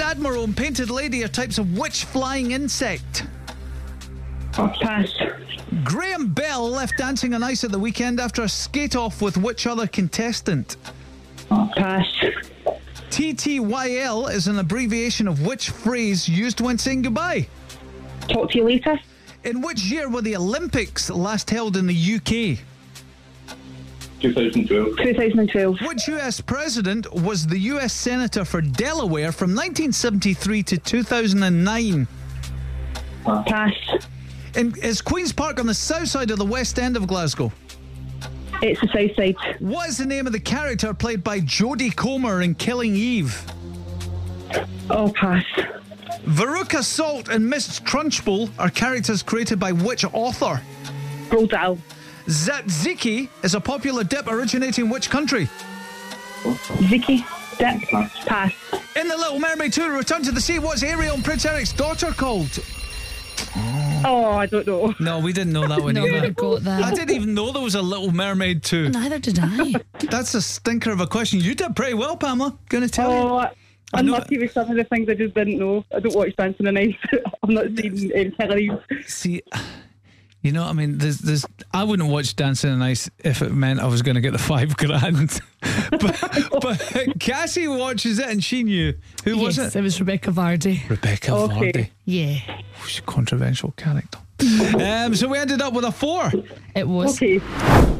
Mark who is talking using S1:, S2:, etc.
S1: admiral and painted lady are types of which flying insect?
S2: Pass.
S1: Graham Bell left dancing on ice at the weekend after a skate off with which other contestant?
S2: Pass.
S1: TTYL is an abbreviation of which phrase used when saying goodbye?
S2: Talk to you later.
S1: In which year were the Olympics last held in the UK?
S3: 2012.
S2: 2012.
S1: Which US president was the US senator for Delaware from 1973 to 2009?
S2: Pass.
S1: And is Queen's Park on the south side of the west end of Glasgow?
S2: It's the south side.
S1: What is the name of the character played by Jodie Comer in Killing Eve?
S2: Oh, pass.
S1: Veruca Salt and Miss Trunchbull are characters created by which author?
S2: Roll down.
S1: Zatziki is a popular dip originating in which country?
S2: Ziki. Dip. Pass.
S1: In The Little Mermaid 2, Return to the Sea, what's Ariel and Prince Eric's daughter called?
S2: Oh, I don't know.
S1: No, we didn't know that one
S4: No, I
S1: either.
S4: would've got that.
S1: I didn't even know there was a Little Mermaid 2.
S4: Neither did I.
S1: That's a stinker of a question. You did pretty well, Pamela. Gonna tell you.
S2: Oh, I'm
S1: know
S2: lucky with some of the things I just didn't know. I don't watch Dancing on Ice. I'm not seeing um, Hillary.
S1: See, you know, I mean, there's, there's, I wouldn't watch Dancing on Ice if it meant I was going to get the five grand. but, but Cassie watches it and she knew. Who was
S4: yes,
S1: it?
S4: was Rebecca Vardy.
S1: Rebecca
S2: Okay.
S1: Vardy.
S4: Yeah,
S1: Who's a controversial character. um, so we ended up with a four.
S4: it was.
S2: Okay.